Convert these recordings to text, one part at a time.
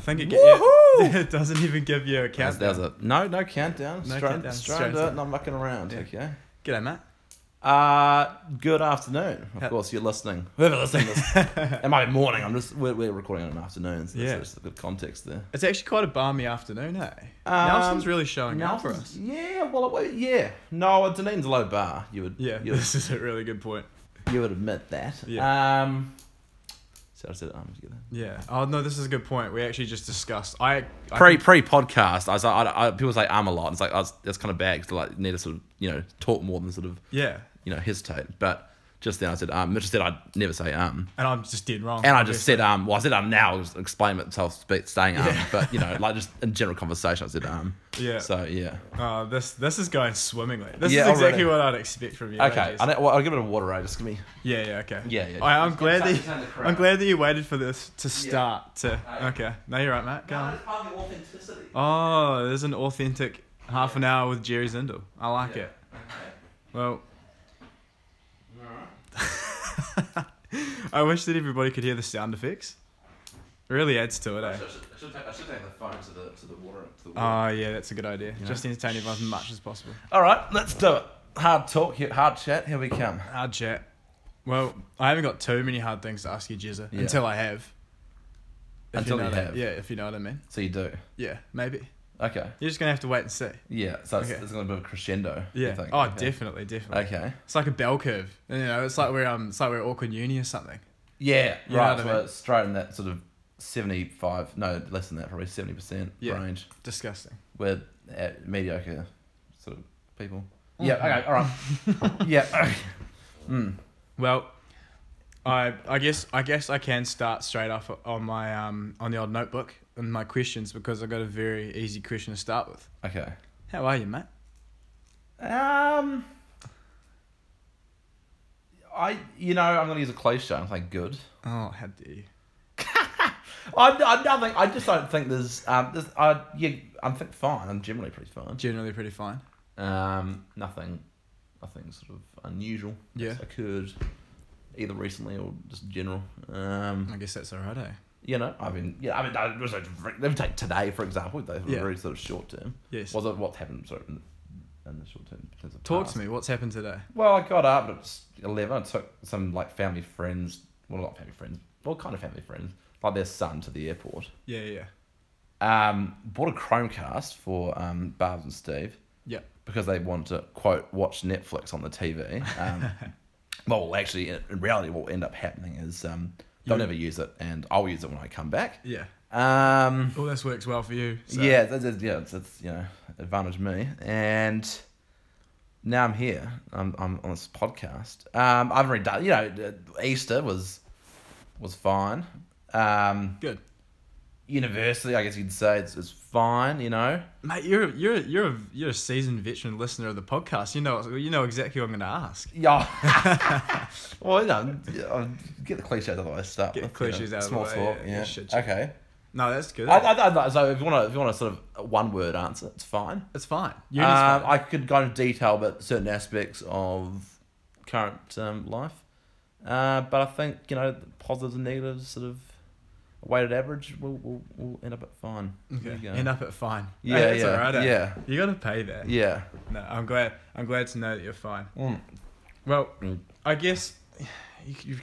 think it, it, it doesn't even give you a That was- count. that was a, no, no countdown. No straight, countdown, Straight, straight dirt, up. not mucking around. Yeah. Okay. G'day, Matt. Uh, good afternoon. Of Ha- course, you're listening. Whoever listening to this. it might be morning. I'm just, we're, we're recording on an afternoon, so Yeah. that's just a good context there. It's actually quite a balmy afternoon, hey? Um, Nelson's really showing out for Nelson's- us. Yeah, well, it, wa- yeah. No, it's Dunedin's a low bar. You would, Yeah, you would, this is a really good point. you would admit that. Yeah. Um, so I said it arms together. Yeah. Oh no, this is a good point. We actually just discussed. I, I Pre pre podcast, I was like, I, I, people say I'm a lot. It's like I was, that's kind of bad because like need to sort of you know talk more than sort of yeah, you know hesitate. But just then I said um, Mitch said I'd never say um, and I'm just dead wrong. and I just said um. Well, I said um now. Just explain myself spe- saying um, but you know like just in general conversation I said um. Yeah. So yeah. Oh, this this is going swimmingly. This Yeah, is exactly already. what I'd expect from you. Okay, Regis. I don't, well, I'll give it a water. Right, just give me. Yeah, yeah, okay. Yeah, yeah. I, I'm Just glad turn- that turn the you, crowd. I'm glad that you waited for this to Yeah. start to. Okay. Okay, no, you're right, Matt. Go on. part of the authenticity. Oh, there's an authentic half an hour with Jerry Zindel. I like it. Well, I wish that everybody could hear the sound effects. It really adds to it, eh? should take, I should take the phone to the to the water. To the Oh, yeah, that's a good idea. know? Just entertain everyone as much as possible. All right, let's do it. Hard talk, here- hard chat. Here we come. Hard chat. Well, I haven't got too many hard things to ask you, Jezza, Yeah. until I have. If Until you, know you that- have. Yeah, if you know what I mean. So you do. Yeah, maybe. Okay. You're just going to have to wait and see. Yeah. So it's, Okay. it's going to be a crescendo. you Yeah. think. Oh, okay. definitely, definitely. Okay. It's like a bell curve. You know, it's like we're um, it's like we're at Auckland Uni or something. Yeah. You know right. what I So mean? it's straight in that sort of seventy-five. No, less than that. Probably seventy percent Yeah. range. Disgusting. We're at mediocre sort of people. Mm. Yeah. Okay. All right. yeah. Okay. Mm. Well, I I guess I guess I can start straight off on my um on the old notebook and my questions because I got a very easy question to start with. Okay. How are you, mate? Um. I, you know, I'm gonna use a cliche. I'm like good. Oh, how dare you? I, I, don't think- I just don't think there's. Um, there's I, yeah, I'm think fine. I'm generally pretty fine. Generally pretty fine. Um, nothing, nothing sort of unusual. that's Yeah. occurred either recently or just general. Um, I guess that's alright, eh? you know, I mean, yeah, I mean, I was like, let me take today for example. They were Yeah. very sort of short term. Yes. Was it what's happened sort of in, in the short term? in terms of Talk past? to me. What's happened today? Well, I got up at eleven. I took some like family friends. Well, not family friends. Well, kind of family friends. Like their son to the airport. Yeah, yeah. um, bought a Chromecast for um, Barbs and Steve. Yeah. Because they want to quote watch Netflix on the TV. Um, well, actually, in in reality, what will end up happening is um, they'll You- never use it, and I'll use it when I come back. Yeah. Um, All this works well for you. so- Yeah, that's, that's- yeah, it's, it's you know advantage me, and now I'm here. I'm I'm on this podcast. Um, I've already done. You know, Easter was was fine. Um, Good. university, I guess you'd say it's, it's fine, you know. Mate, you're you're you're a, you're a seasoned veteran listener of the podcast. You know you know exactly what I'm going to ask. Yeah. well, you know, yeah, I'll get the cliches out of the way. Start Get with, cliches you know, out of the small way, talk. yeah, Yeah. yeah, shit, shit. okay. No, that's good. I, I, I, so if you want to, if you want to sort of one word answer, it's fine. it's fine. Um, Uni's fine. I could go into detail about certain aspects of current um, life, uh, but I think you know the positives and negatives, sort of weighted average, will will will end up at fine. There Okay. you go. End up at fine. Yeah, Hey, that's yeah, alright, eh? yeah. You gotta pay that. Yeah. No, I'm glad. I'm glad to know that you're fine. Mm. Well, Mm. I guess you, you,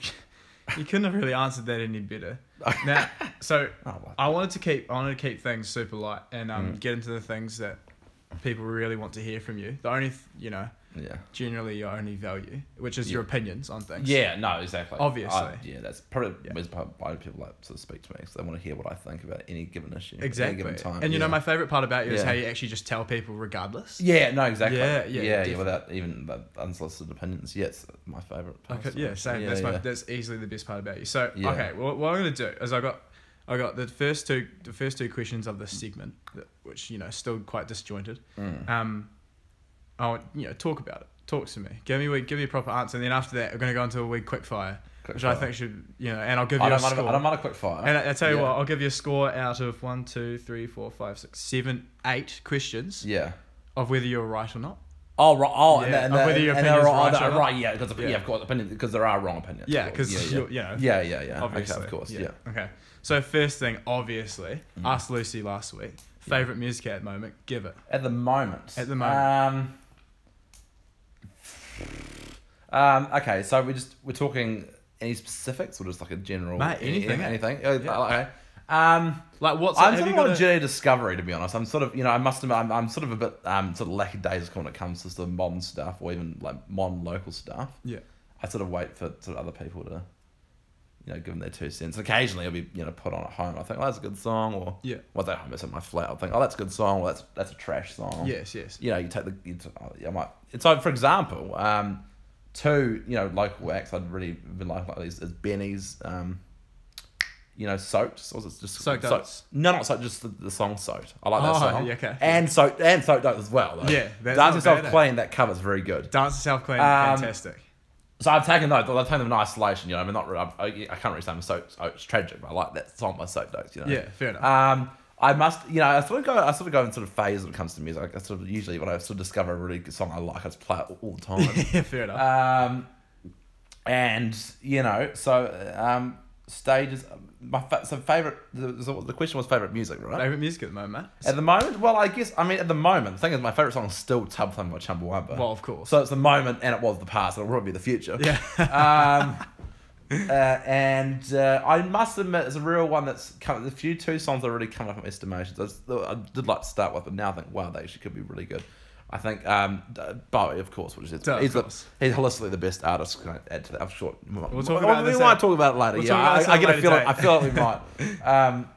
you couldn't have really answered that any better. Now, so Oh, well. I wanted to keep I wanted to keep things super light and um, Mm. get into the things that people really want to hear from you. The only th- you know Yeah. generally your only value, which is your opinions on things. Yeah, no, exactly. Obviously. I- yeah, that's probably Yeah. most part why people like to speak to me because they want to hear what I think about any given issue, at any Exactly. given time. And you know yeah. my favorite part about you is Yeah. how you actually just tell people regardless. Yeah, no, exactly. Yeah, yeah, Yeah, yeah, definitely. without even the unsolicited opinions. Yeah, it's my favorite. part, Okay, so- yeah, same. Yeah, that's my, yeah. that's easily the best part about you. So Yeah. okay, well, what I'm gonna do is I got I got the first two the first two questions of this segment, that- which you know still quite disjointed. Mm. Um, I want you know talk about it. Talk to me. Give me a wee- give me a proper answer, and then after that, we're gonna go into a wee quick fire, Quick which I fire. think should you know, and I'll give you I a don't, mind, score. a- I don't mind a quick fire. and I, I tell you yeah. what, I'll give you a score out of one, two, three, four, five, six, seven, eight questions Yeah. of whether you're right or not. Oh, right. Oh, Yeah, and, of the, whether and, your the- and there are opinion's right, right or not. right, yeah, because of, Yeah. yeah. of course, opinions because there are wrong opinions. Yeah, of course. because yeah, you know. yeah, yeah, yeah, yeah. obviously. Okay, of course, yeah. Mm. Okay. So first thing, obviously, ask Lucy last week. Favorite music at the moment? Give it. At the moment. At the moment. Um, um, okay, so we just we're talking any specifics or just like a general Mate, anything, eh? anything. Oh, Okay. Um, Like what's I'm have sort you of on got a a- journey of discovery, to be honest. I'm sort of, you know, I must admit, I'm, I'm sort of a bit um, sort of lackadaisical when it comes to sort of modern stuff or even like modern local stuff. Yeah. I sort of wait for sort of other people to, you know, give them their two cents. Occasionally, I'll be you know put on at home. I think, oh, that's a good song, or Yeah. well, that home is at my flat. I'll think, oh, that's a good song, or that's that's a trash song. Yes, yes. You know, you take the, you t- oh, yeah, I might. And so, for example, um, two you know local acts I'd really been like like these is Benny's, um, you know, soaked. Or was it just Soaked Soaked- Oats. No, not soaked. Just the, the song soaked. I like that Oh, song. yeah, okay. And soaked and soaked Oats as well. Though. Yeah, that's not Dance yourself bad, eh? clean. That cover's very good. Dance yourself clean. Um, fantastic. So I've taken those. I've taken them in isolation. You know, I mean, not. re- I, I can't really say I'm so, so it's tragic, but I like that song by Soap Dogs. You know. Yeah, fair enough. Um, I must. You know, I sort of go. I sort of go in sort of phase when it comes to music. I sort of usually when I sort of discover a really good song I like, I just play it all, all the time. yeah, fair enough. um, and you know, so um, stages. My fa- so favorite. The, so the question was favorite music, right? favorite music at the moment, mate. At the moment, well, I guess I mean at the moment, the thing is, my favorite song is still "Tub Thumb" by Chumbawamba. Well, of course. So it's the moment, and it was the past, and it'll probably be the future. Yeah. um, uh, and uh, I must admit, it's a real one that's come. The few two songs that really come up in my estimations. I, was- I did like to start with, but now I think, wow, they actually could be really good. I think um, D- Bowie, of course, which is Duh, of he's, the, course. he's holistically the best artist. Can I add to that? I'm sure. We'll talk about we this might at- talk about it later. we'll yeah, talk about I, this I at a get a later feeling. date. I feel like we might. Um,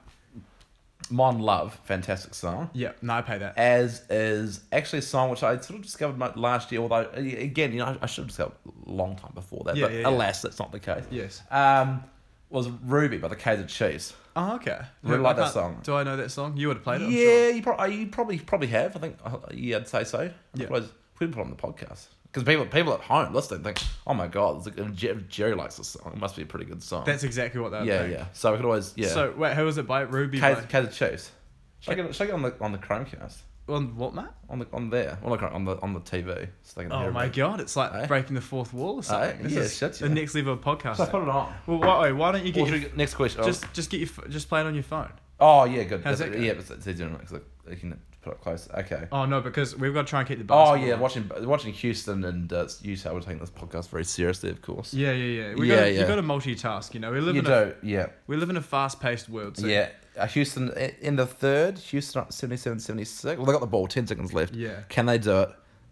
Mon Love, fantastic song yeah, no, I pay that. as is actually a song which I sort of discovered my, last year. Although uh, again, you know, I, I should have discovered a long time before that. Yeah, but yeah, yeah. alas, that's not the case. Yes. Um, was Ruby by the Kaiser Chiefs. Oh, okay. Really Yeah, like I can't- that song. Do I know that song? You would have played it. I'm yeah, you, pro- uh, you probably probably have. I think uh, yeah, I'd say so. Yeah. Otherwise, we didn't put it on the podcast because people people at home listening think, oh my god, it's like- if Jer- Jerry likes this song. It must be a pretty good song. Sure. That's exactly what that. yeah, yeah. So we could always yeah. So wait, who was it by? Ruby. Kaiser, by, Kaiser Chiefs. Should I, get, it- should I get on the on the Chromecast? on what, mate? On the on there? Well, not Chrome- on the on the TV. So they can hear Oh my it. god, it's like Eh? breaking the fourth wall or something. this yeah, is shit, the yeah. next level of So I put podcasting. it on. Well, why, why don't you Or get should your, we get- next question. just just get your ph- just play it on your phone? oh yeah, good. How's That's- that go? yeah, but it's easier because you can put it up close. Okay. Oh no, because we've got to try and keep the. Oh basketball yeah, on. watching watching Houston and uh, Utah. We're taking this podcast very seriously, of course. Yeah, yeah, yeah. We Yeah, got yeah. you got to multitask. You know, we live you in do, a, yeah, we live in a fast paced world. So yeah. Uh, Houston i- in the third. Houston up 77-76. Well, they got the ball. Ten seconds left. Yeah. Can they do it?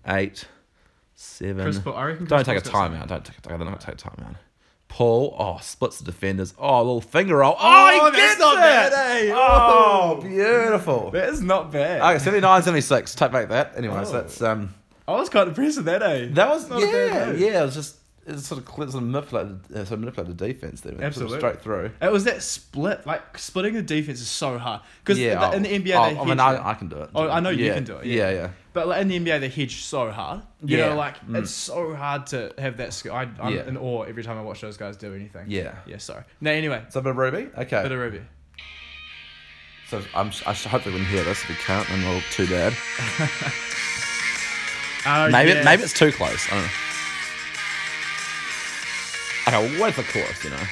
Eight, seven. Chris Paul, I reckon. Don't Chris take a Paul's got timeout. Don't take a timeout. Don't take a timeout. Paul, oh, splits the defenders. Oh, a little finger roll. Oh, Oh, he that's gets not it. bad, eh? Oh, Oh. beautiful. some- That is not bad. Okay, 79, 76. Take back that. Anyway, so Oh. that's um. I was quite impressed with that, eh? That was Not a yeah, bad move. yeah. It was just it's sort of cl- sort of manipulated, uh, sort of manipulated defense there. It was Absolutely. sort of straight through. It was that split. Like splitting the defense is so hard because yeah, in the NBA they oh, I, hedge mean, it. I, I can do it. Oh, I know you Yeah, can do it, yeah. Yeah, yeah. But like in the NBA, they hedge so hard. You Yeah. mm. know, like it's so hard to have that skill. I, I'm Yeah. in awe every time I watch those guys do anything. Yeah. Yeah. Sorry. No. Anyway, So a bit of Ruby. Okay. bit of Ruby. so I'm sh- I sh- hopefully we can hear this. If we can't, then we'll too bad. Oh, Maybe yes. maybe it's too close. I don't know. Okay, well, where's the chorus? You know,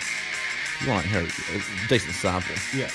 you want to hear a decent sample. Yeah.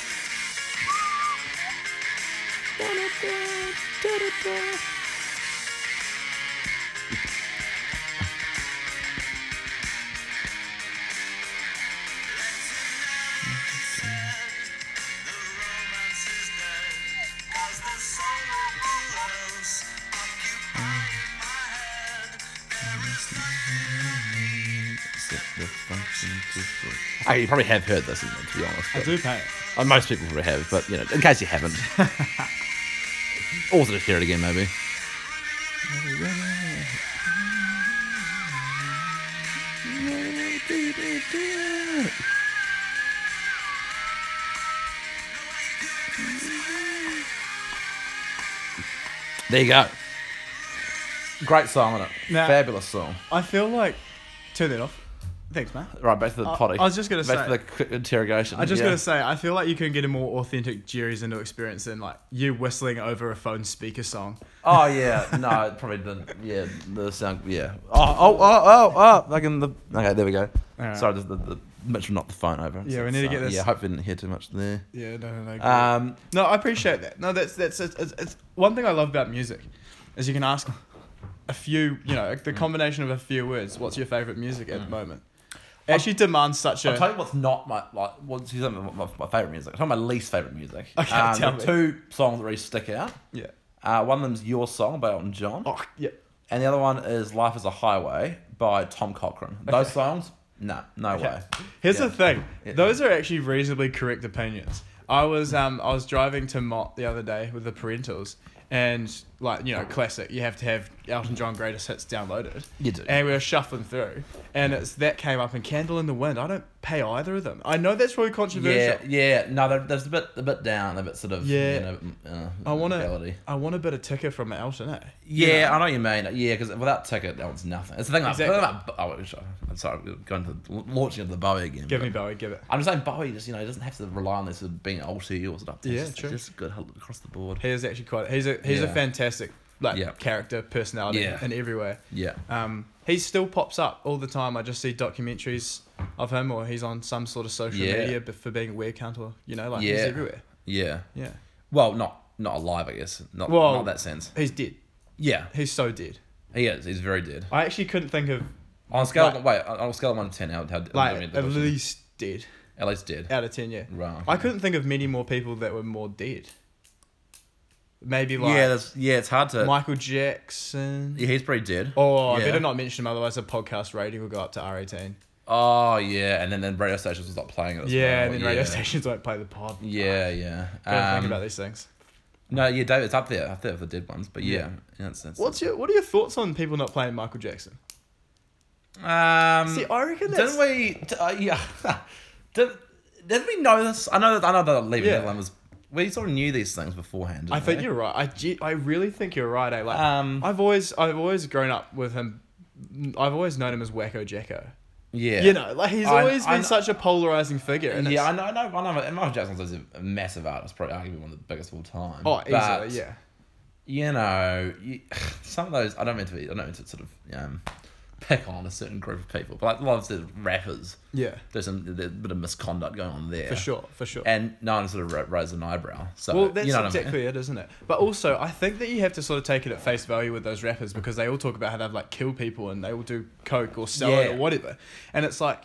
Okay, you probably have heard this, to be honest. I but- do pay it. Uh, most people probably have, but you know, in case you haven't, also just hear it again, maybe. There you go. Great song, is it? Now- Fabulous song. I feel like turn that off. Thanks, man. Right, back to the I- potty. I was just gonna back say- to the quick interrogation. I just yeah. gotta say, I feel like you can get a more authentic Jerry's into experience than like you whistling over a phone speaker song. Oh yeah, no, it probably didn't. Yeah, the sound. Yeah. Oh, oh, oh, oh, oh. Like in the. Okay, there we go. Alright. Sorry, the, the, the Mitchell knocked the phone over. Yeah, we need to it's, get uh, this- Yeah, hopefully didn't hear too much there. Yeah, no, no, no. good. Um, no, I appreciate that. No, that's that's it's, it's, it's one thing I love about music, is you can ask a few, you know, the combination of a few words. What's your favorite music at the moment? It I'll- actually demands such I'll tell a. you what's not my like what's my, my, my favorite music. I'll tell you my least favorite music. Okay, um, tell the me. two songs that really stick out. Yeah. Uh, one of them's Your Song by Elton John, Oh, yeah. and the other one is Life Is a Highway by Tom Cochrane. Those Okay. songs, no, no Okay. way. Here's Yeah. the thing. Yeah. Those are actually reasonably correct opinions. I was um I was driving to Mott the other day with the parentals and like you know classic you have to have Elton John greatest hits downloaded. You do. And we were shuffling through and it's that came up and Candle in the Wind. I don't pay either of them. I know that's probably Yeah, controversial. yeah. No, they're, there's a bit, a bit down, a bit sort of. Yeah. You know, mm, uh, I want melody. to I want a bit of ticker from Elton, eh? You Yeah, know? I know what you mean. Yeah, because without ticket, that one's nothing. It's the thing. Exactly. Exactly. About, oh, I wish I- I'm sorry, we're going to the, launching of the Bowie again. Give but- me Bowie, give it. I'm just saying Bowie just you know he doesn't have to rely on this sort of being alty or stuff. Yeah, just, true. Just good across the board. He is actually quite he's a he's Yeah. a fantastic like Yeah. character, personality Yeah. in every way. Yeah. Um, he still pops up all the time. I just see documentaries of him, or he's on some sort of social Yeah. media b- for being a weird cunt, or you know, like he's Yeah. everywhere. Yeah. Yeah, Well, not not alive, I guess. Not Well- not that sense. he's dead. Yeah, He's so dead. he is. He's very dead. I actually couldn't think of On a scale, Like- wait, on on a scale of one to ten, how how how like many at divisions? least dead at least dead. out of ten. Yeah, Wow. I couldn't think of many more people that were more dead. Maybe yeah, like that's yeah. It's hard to. Michael Jackson. yeah, he's pretty dead. Oh, Yeah. I better not mention him, otherwise the podcast rating will go up to R eighteen. Oh yeah, and then then radio stations will stop playing it. as Yeah, well. and then radio stations won't play the pod. Yeah, yeah. Gotta Um, think about these things. No, yeah, David, it's up there. Up there with the dead ones, but yeah, yeah. that's, that's, What's your What are your thoughts on people not playing Michael Jackson? um? See, I reckon that's. Didn't we? d- Uh, yeah. Did, didn't we know this? I know that I know that leaving Yeah. yeah. was. We sort of knew these things beforehand. I didn't think we? you're right. I, ge- I really think you're right. Eh? Like Um, I've always I've always grown up with him. I've always known him as Wacko Jacko. Yeah. You know, like he's I- always I- been such a polarizing figure. And Yeah, I yeah. know, I know, I know. And Michael Jackson is a massive artist, probably arguably one of the biggest of all time. Oh, easily. But, yeah. You know, you, some of those I don't mean to be, I don't mean to sort of um, pick on a certain group of people, but like a lot of the rappers, Yeah. there's some there's a bit of misconduct going on there For sure. For sure. and no one sort of ra- raised an eyebrow. So well, that's you know what I mean? exactly it, isn't it? But also, I think that you have to sort of take it at face value with those rappers because they all talk about how they've like killed people and they all do coke or sell it Yeah. or whatever, and it's like,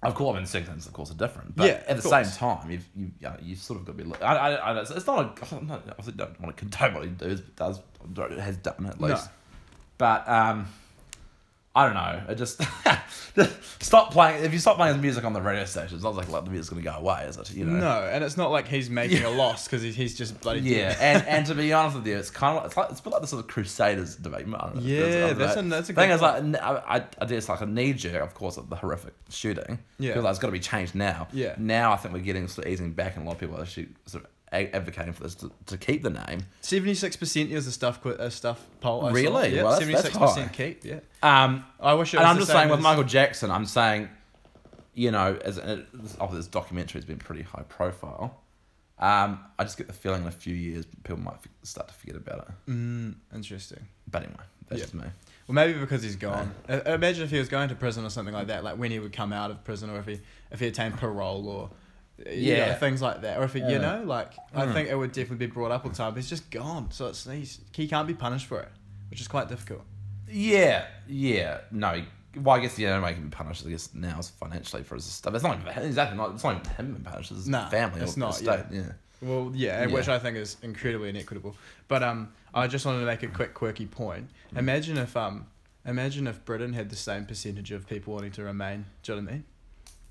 Of course, I mean, segments, of course, are different. But Yeah, at the of course. same time, you've, you, you, know, you've sort of got to be. I, I, I, it's it's not a. No, obviously, don't want to condone what he does, but does, or has done at No. least. But, um, I don't know. I just. stop playing. If you stop playing his music on the radio station, it's not like, like the music's going to go away, is it? You know? no, and it's not like he's making a loss because he's, he's just bloody Yeah, and, and to be honest with you, it's kind of it's like it's a bit like the sort of Crusaders debate. I don't know. Yeah, another that's debate. a- that's a thing. good Is like n- I, I, I guess like a knee jerk, of course, of the horrific shooting. Yeah. because it's got to be changed now. Yeah. now I think we're getting sort of easing back, and a lot of people are actually sort of a- advocating for this to, to keep the name. Seventy six percent is a stuff qu- a stuff poll. I saw. Really? Yeah, Well, that's- seventy that's six percent keep. Yeah. Um, I wish. It was and I'm the just same saying with as- Michael Jackson, I'm saying, you know, as uh, obviously this documentary has been pretty high profile. Um, I just get the feeling in a few years people might f- start to forget about it. Mm, interesting. But anyway, that's Yeah. just me. Well, maybe because he's gone. I- I imagine if he was going to prison or something like that, like when he would come out of prison, or if he if he attained parole, or uh, you know, Yeah. things like that, or if he, Yeah. you know, like I Mm. think it would definitely be brought up all the time. But he's just gone, so it's he's, he can't be punished for it, which is quite difficult. Yeah, yeah. No, well, I guess the only way he can be punished, I guess, now is financially for his stuff. It's not even, exactly not. It's not even him being punished. It's his Nah, family. it's or not, the state. Yeah. Well, yeah, and Yeah. which I think is incredibly inequitable. But um, I just wanted to make a quick quirky point. Imagine if um, imagine if Britain had the same percentage of people wanting to remain. Do you know what I mean?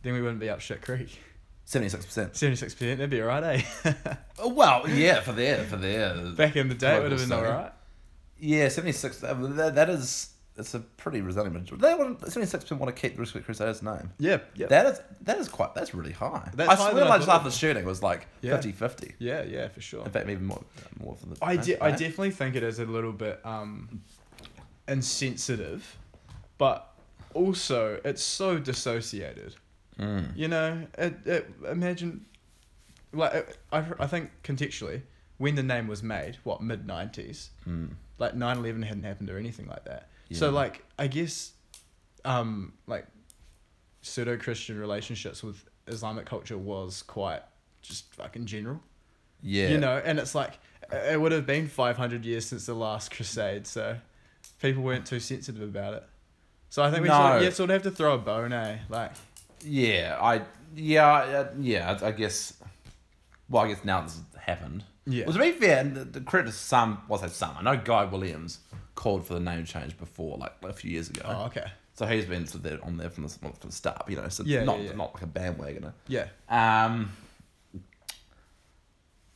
Then we wouldn't be up shit creek. Seventy-six percent. Uh, Seventy six percent, that'd be alright, eh? Well, yeah, for their, for their. Back in the day, it would have been Local study. alright. Yeah, seventy-six. That, that- that is, it's a pretty resounding majority. They want seventy-six percent want to keep the Respect Crusaders name. Yeah, yeah, That is, that is quite. That's really high. That's I higher swear, than I like just thought it after the shooting was like Yeah. 50-50. yeah, yeah, for sure. In fact, maybe more, more for the. I, de- I Right? definitely think it is a little bit um, insensitive, but also it's so dissociated. Mm. You know, it, it, imagine, like, it, I, I think contextually, when the name was made, what, mid 90s, Mm. like 9 11 hadn't happened or anything like that. So, Yeah. like, I guess, um, like, pseudo Christian relationships with Islamic culture was quite just fucking general. Yeah. You know, and it's like it it would have been 500 years since the last crusade, so people weren't too sensitive about it. So I think we sort, No. of, yeah, sort of have to throw a bone, eh? Like, Yeah. I. Yeah. I- uh, Yeah. I, I guess. Well, I guess now this has happened. Yeah. Well, to be fair, the, the credit to some. Well, I say some. I know Guy Williams called for the name change before, like a few years ago. oh, okay. So he's been sort of there- on there from the, from the start. You know, so Yeah, not yeah, yeah. not like a bandwagoner. Yeah. Um.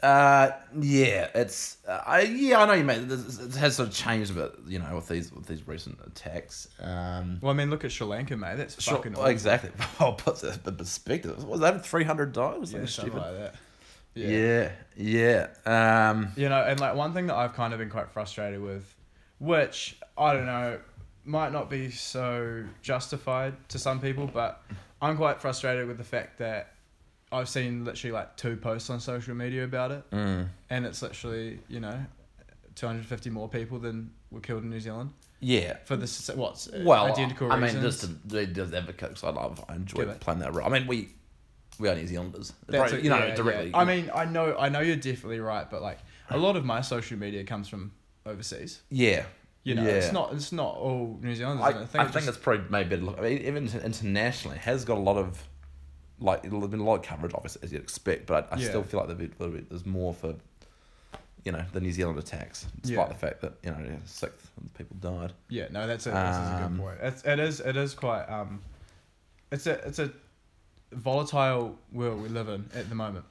Uh yeah, it's uh, I yeah I know you mate. This- this- It has sort of changed a bit, you know, with these with these recent attacks. Um, Well, I mean, look at Sri Lanka, mate. That's sure, fucking awful. exactly. Oh, Well, put that in perspective. What Was that three hundred dollars? Yeah, something like that. Yeah, yeah, yeah. Um, You know, and like one thing that I've kind of been quite frustrated with, which I don't know, might not be so justified to some people, but I'm quite frustrated with the fact that I've seen literally like two posts on social media about it, mm. and it's literally, you know, 250 more people than were killed in New Zealand yeah. for this, what's Well, identical I reasons. mean, just to, they does advocate because I love, I enjoy Give it. playing that role. I mean, we we are New Zealanders, That's Right, it, you know, yeah, yeah. directly. I mean, I know, I know you're definitely right, but like a lot of my social media comes from overseas. yeah, You know, Yeah. it's not it's not all New Zealanders. I, isn't it? I think, just- it's probably made better look. I mean, even t- internationally, it has got a lot of like there's been a lot of coverage, obviously, as you'd expect. But I, I Yeah. still feel like there'd be a little bit, there's more for you know the New Zealand attacks, despite Yeah. the fact that you know a sixth of the people died. Yeah, no, that's a, that's a Um, good point. It's, it is it is quite um, it's a it's a volatile world we live in at the moment.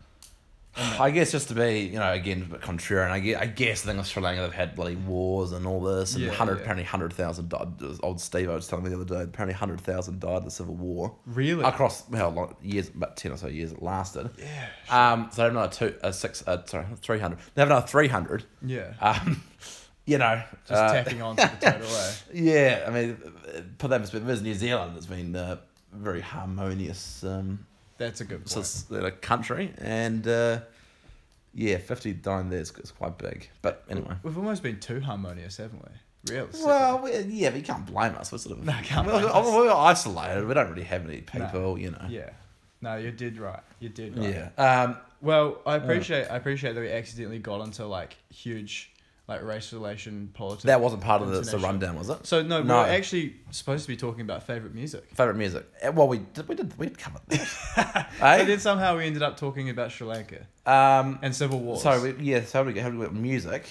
I guess just to be you know again a bit contrarian, I guess, I guess the thing with Sri Lanka they've had bloody wars and all this, and Yeah, hundred yeah. apparently hundred thousand died. There was Old Steve I was telling me the other day, apparently hundred thousand died in the civil war Really? across how long years about ten or so years it lasted. yeah. Um, so they have another two, uh, six, uh, sorry, three hundred. They have another three hundred. Yeah. Um, you know, Just uh, tacking on to the total. eh? yeah. I mean, uh, put that in perspective. There's New Zealand. It's been a very harmonious um, That's a good point. s- uh, country, and uh, yeah, fifty dying there is, is quite big. But anyway. We've almost been too harmonious, haven't we? Really? Well, we, yeah, but you can't blame us. We're sort of No, you can't we're, blame us. we're isolated. We don't really have any people, you know. yeah. No, you did right. You did right. Yeah. Um, Well, I appreciate I appreciate that we accidentally got into like huge like race relation politics. that wasn't part of the, the International. rundown, was it? So no, No. we're actually supposed to be talking about favorite music. Favorite music? Eh, Well, we did. We did. We did cover that. But eh? then somehow we ended up talking about Sri Lanka Um. and civil wars. So we, yeah. So how do we get? How do we get music?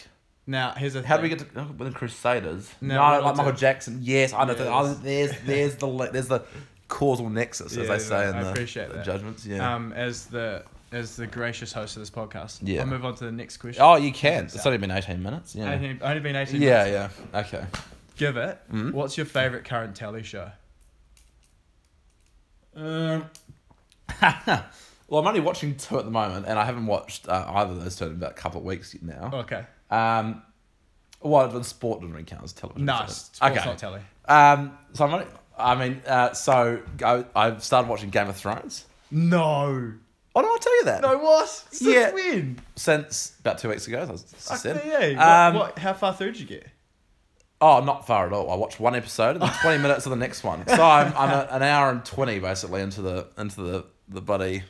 now here's the How do we thing. get to oh, with the Crusaders? No, No, we're not like Michael doing- Jackson. Yes, I know. Yes. that I- there's there's the li- there's the causal nexus, as Yeah, they say no, in I the, appreciate the that. judgments. Yeah. um, as the as the gracious host of this podcast. Yeah. I'll move on to the next question. oh, you can. It's only been eighteen minutes. Yeah. Only, only been eighteen. yeah. minutes. Yeah. Okay. Give it. Mhm. What's your favorite current telly show? Um. well, I'm only watching two at the moment, and I haven't watched uh, either of those two in about a couple of weeks now. Okay. Um. Well, the sport doesn't really count as television. so- Nice. Sports not telly. Um, so I'm. Only, I mean, uh, so I, I've started watching Game of Thrones. No. Oh, no, I'll tell you that. No what? Since Yeah. when? Since about two weeks ago, as I s- said. Okay, yeah. Um, what, what, how far through did you get? Oh, not far at all. I watched one episode and then 20 minutes of the next one. So I'm, I'm a, an hour and 20 basically into the into the the buddy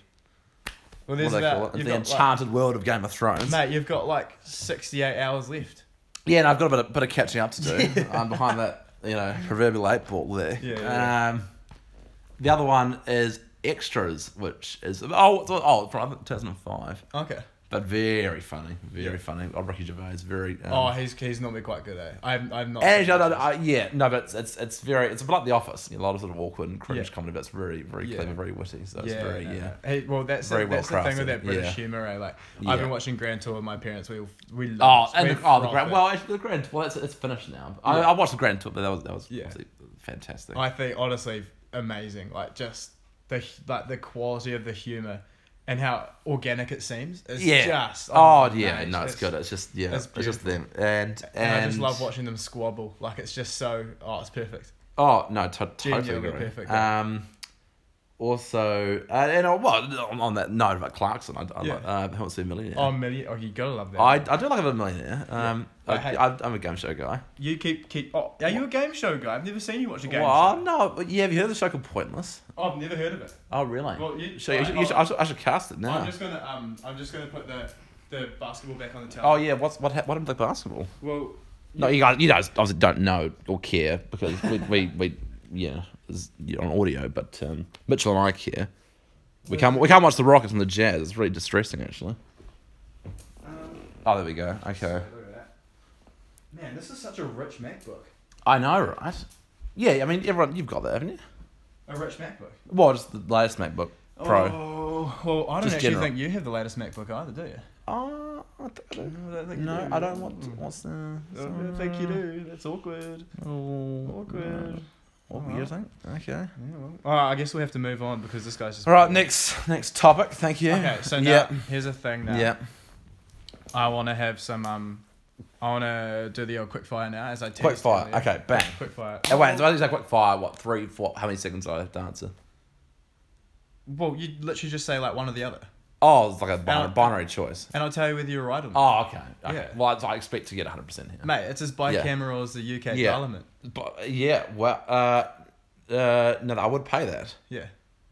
Well, what do there's they call about it? you've Into the got, like- enchanted world of Game of Thrones. Mate, you've got like 68 hours left. Yeah, and I've got a bit of, bit of catching up to do. I'm behind that, you know, proverbial eight ball there. Yeah, yeah, Um, the other one is Extras, which is oh it's- oh from 2005. Okay. But very funny, very Yeah. funny. Oh, Ricky Gervais, very. Um, Oh, he's he's normally quite good, eh? I've, I've not. and seen no, no, much no, of uh, yeah, no, but it's, it's it's very it's a bit like The Office. You know, a lot of sort of awkward and cringe Yeah. comedy, but it's very very Yeah. clever, very witty. So this. it's very no, yeah. no. Hey, well, that's, Very the, that's well the thing with crafted, that British yeah. humour, eh? Like, Yeah. I've been watching Grand Tour with my parents. We all- we Oh, love and we the, oh, the froth grand. it. Well, actually, the grand. Well, it's, it's finished now. I, Yeah. I watched the grand tour, but that was that was Yeah. absolutely fantastic. I think honestly amazing. Like just the like the quality of the humour and how organic it seems. It's yeah. Just oh, my yeah. gosh, No, it's, good. It's just yeah. it's It's, just them. And and, And, I just love watching them squabble. Like it's just so oh, it's perfect. Oh no, to- totally Genuinely agree. perfect, yeah. Um, also, uh, and uh, well, on- on that note about Clarkson, I, I Yeah. like, uh, haven't seen Millionaire. Oh, million. Oh, you gotta love that. I, I do like a millionaire. Um, Yeah. I, I hate- I, I'm a game show guy. you keep keep. Oh, are you a game show guy? I've never seen you watch a game well, show. no, but yeah, have you heard of the show called Pointless? Oh, I've never heard of it. Oh, really? Well, you- so you I- should, you should, I, should, I should cast it now. I'm just gonna um. I'm just gonna put the the basketball back on the table. Oh yeah, what's what hap- what happened to basketball? Well, No, you guys, you guys obviously don't know or care because we we, we yeah, it's, you know, on audio, but um, Mitchell and I care. We can't we can't watch the Rockets and the Jazz. It's really distressing, actually. Oh, there we go. Okay. um, Look at that. Man, this is such a rich MacBook. I know, right? Yeah, I mean, everyone, you've got that, haven't you? A rich MacBook. Well, just the latest MacBook Pro. Oh, well, I don't Just actually general. think you have the latest MacBook either, do you? Oh, I think I do. Mm. I don't think No, you do. I don't want. What's the? I don't think you do. That's awkward. Oh, Awkward. What were you think? Okay. Yeah, well. All right, I guess we have to move on because this guy's just. All right. Next, next topic. Thank you. Okay, so now yeah, here's a thing now. yeah. I want to have some. Um, I want to do the old quick fire now as I text Quick fire. earlier. Okay, bang. Quick fire. Oh, wait, so I just say quick fire. What three, four? How many seconds do I have to answer? Well, you literally just say like one or the other, Oh, it's like a binary, Out. binary choice. and I'll tell you whether you're right or not. Oh, okay. okay. Yeah. Well, that's- I expect to get one hundred percent here. Mate, it's as bicameral as the UK Oh. Yeah. Parliament. But yeah, well, uh, uh, no, I would pay that, Yeah,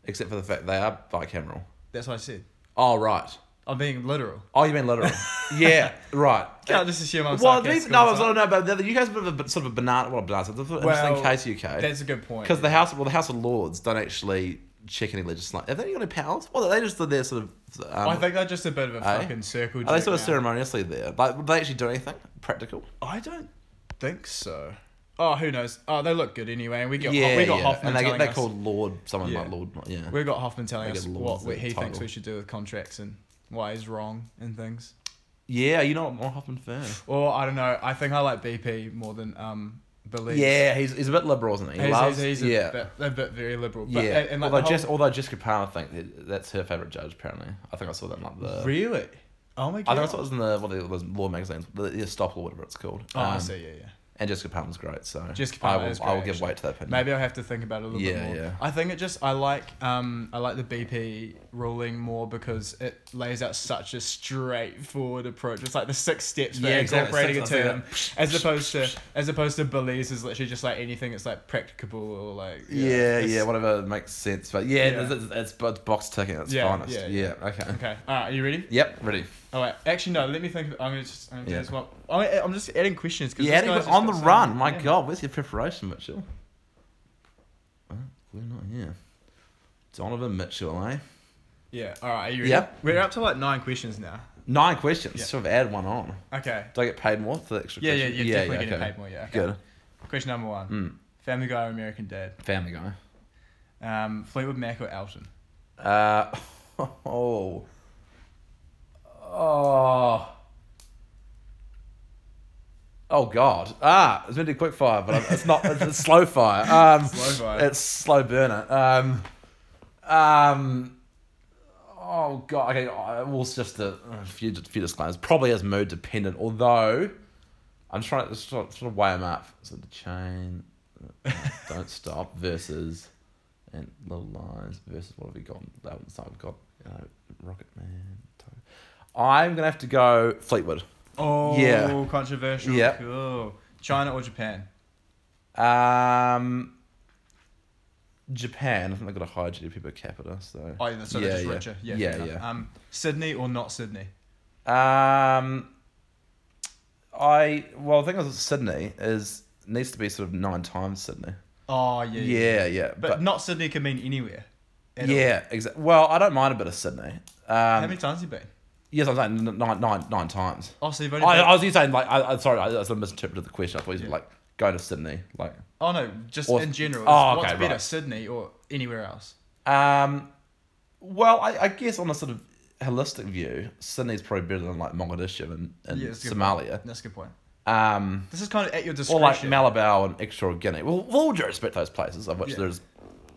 except for the fact they are bicameral. that's what I said. Oh, right. I'm being literal. Oh, you mean literal? yeah, right. Can't just assume I'm Well, the sarcastic reason, no, all I the was time. not know about the the UK's a bit of a sort of a banana. Well, a banana. It's an Well, interesting case UK That's a good point. because the House, well, the House of Lords don't actually check any legislation. Have they got any powers? Well, they just they're sort of. Um, I think they're just a bit of a eh? fucking circle. Are they jerk sort of now. ceremoniously there? Like, would they actually do anything practical? I don't think so. Oh, who knows? Oh, they look good anyway. And we got we got Hoffman and they telling get they us called Lord, someone Yeah. like Lord, yeah. we got Hoffman telling they get us Lord what as we, the he thinks title. we should do with contracts and why he's wrong and things. yeah, you're not more Hoffman fan. Or I don't know. I think I like BP more than um Belize. Yeah, he's, he's a bit liberal, isn't he? he's, He he's- loves, he's a, yeah, bit, a bit very liberal. But, yeah. and, and like although, the Jess, although Jessica Palmer, I think that's her favorite judge. Apparently, I think I saw that in like whole- the. really. Oh my uh, I god. think I saw it was in the what are those law magazines, the, the Stop or whatever it's called. oh, I Um, see. Yeah, yeah. And Jessica Palmer's great, so Jessica I Palmer will, is I will great, give actually. weight to that opinion. Maybe I'll have to think about it a little Yeah, bit more. yeah. I think it just I like um I like the BP ruling more because it lays out such a straightforward approach. It's like the six steps for Yeah, exactly. incorporating Six- a I term, see as opposed to as opposed to Belize is literally just like anything that's like practicable or like Yeah, yeah, it's- whatever makes sense, but yeah, Yeah. It's, it's, it's, it's box ticking. It's Yeah, finest. yeah, yeah. yeah. Okay. Okay. All right. Are you ready? Yep. Ready. All right. Actually, no. Let me think. I'm gonna just. I'm, gonna do Yeah. this one. I'm, I'm just adding questions. 'cause Yeah, this Eddie, guy's just on the got so run. many- My yeah. God, where's your preparation, Mitchell? Well, we're not here. Donovan Mitchell, eh? Yeah. All right. Are you ready? Yep. We're up to like nine questions now. Nine questions. Yeah. Sort of add one on. Okay. Do I get paid more for the extra? Yeah, yeah, question? you're definitely getting okay. paid more. Yeah. Okay. Good. Question number one. Mm. Family Guy or American Dad? Family Guy. Um, Fleetwood Mac or Elton? Uh, oh. Oh. Oh God! Ah, it's meant to be quick fire, but it's not. It's, it's slow fire. Um, Slow fire. It's slow burner. Um, um. Oh God! Okay, I- well, it's just a, a few, a few disclaimers. Probably as mood dependent, although I'm just trying to sort of, sort of weigh them up. So the chain, uh, don't stop versus and Little Lies versus what have we got? That one's not- we've got you know, Rocket Man. Toe- I'm gonna have to go Fleetwood. Oh, Yeah. controversial. Yep. Cool. China or Japan? Um, Japan. I think they got a higher GDP per capita, so. Oh, yeah, so they're just yeah. richer. Yeah, Yeah, fair enough. yeah. Um, Sydney or not Sydney? Um, I well, the thing is Sydney is needs to be sort of nine times Sydney. Oh, yeah. yeah. Yeah, yeah, But, not Sydney can mean anywhere. at all. yeah, exactly. Well, I don't mind a bit of Sydney. How Um, many times have you been? yes, I'm saying n- nine, nine, nine times. Oh, so you've only I, been- I was just saying like I, I sorry, I, I sort of misinterpreted the question. I thought you Yeah. were like going to Sydney, like Oh, no, just Or- in general. Oh, What's okay, better, right. Sydney or anywhere else? Um, well, I, I guess on a sort of holistic view, Sydney's probably better than like Mogadishu and, and Yeah, it's a good Somalia. That's a good point. Um, This is kind of at your or like discretion. Malabao and Equatorial Guinea. Well, with all due respect to those places, of which Yeah. there's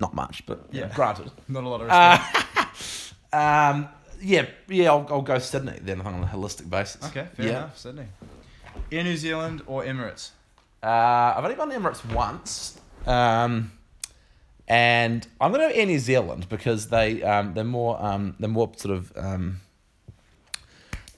not much, but yeah. Yeah. granted. not a lot of Uh, respect. um, yeah, yeah, I'll, I'll go Sydney then I think, on a holistic basis. okay, fair yeah. enough. Sydney. Air New Zealand or Emirates? Uh, I've only gone to Emirates once, um, and I'm going to air New Zealand because they um, they're more um, they're more sort of um,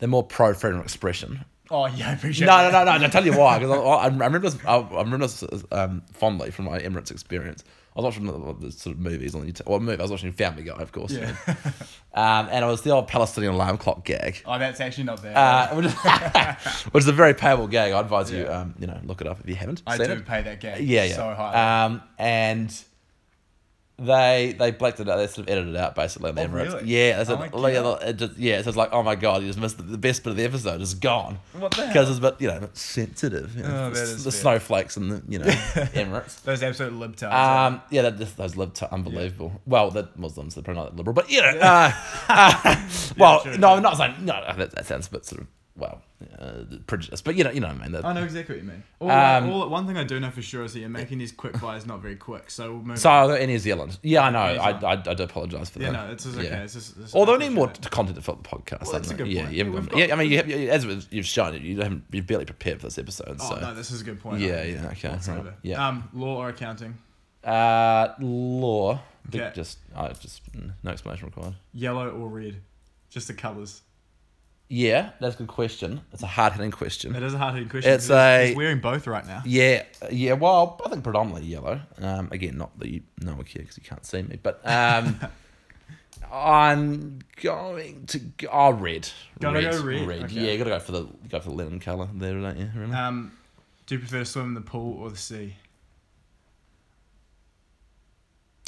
they're more pro freedom of expression. Oh yeah, I appreciate. No, that. no, no, no. I'll tell you why. Because I, I, I remember this, I, I remember this um, fondly from my Emirates experience. I was watching the, the sort of movies on YouTube. Well, movie. I was watching Family Guy, of course. Yeah. Um, and it was the old Palestinian alarm clock gag. Oh, that's actually not bad. Uh, which, is, which is a very payable gag. I advise you, Yeah. um, you know, look it up if you haven't. I seen do it. pay that gap. Yeah, yeah. So high. Um, and they they blacked it out. They sort of edited it out basically. On the Oh, Emirates. really? Yeah, they said, Oh my like, God. it just, yeah. So it's like, oh my god, you just missed the, the best bit of the episode. It's gone. What the Because it's a bit, you know, a bit sensitive. You know, Oh, the that is the fair. snowflakes and the you know Emirates. Those absolute libtards. Um, yeah, that, just, those libs are unbelievable. Well, the Muslims are probably not that liberal, but you know, uh, uh, well, true, no, true. I'm not saying no. no, That, that sounds a bit sort of well uh, prejudiced, but you know, you know what I mean. that- I know exactly what you mean. All, Um, all, one thing I do know for sure is that you're making these quick buys not very quick, so we'll move So on. I'll go in New Zealand. Yeah, I know. New I, Zealand. I, I do apologise for Yeah, that. no, it's just okay. Yeah. It's just, it's Although I we need more appreciate t- content to fill the podcast. Well, that's don't a we? good yeah, point. You haven't We've got- got- yeah, I mean, you have, you, as you've shown, you haven't, you barely prepared for this episode. it. Oh, so no, this is a good point. yeah, yeah, okay, It's right, over. yeah. Um, law or accounting? uh, law, Be- Okay. just, I just mm, no explanation required. Yellow or red? Just the colours. Yeah, that's a good question. It's a hard hitting question. It is a hard question. 'cause It's he's- a- He's wearing both right now. Yeah, yeah. Well, I think predominantly yellow. Um, again, not that you know I care because you can't see me, but um, I'm going to go oh, red. Gotta go red, okay. Yeah, gotta go for the go for the linen color there, don't you? Really? Um, do you prefer to swim in the pool or the sea?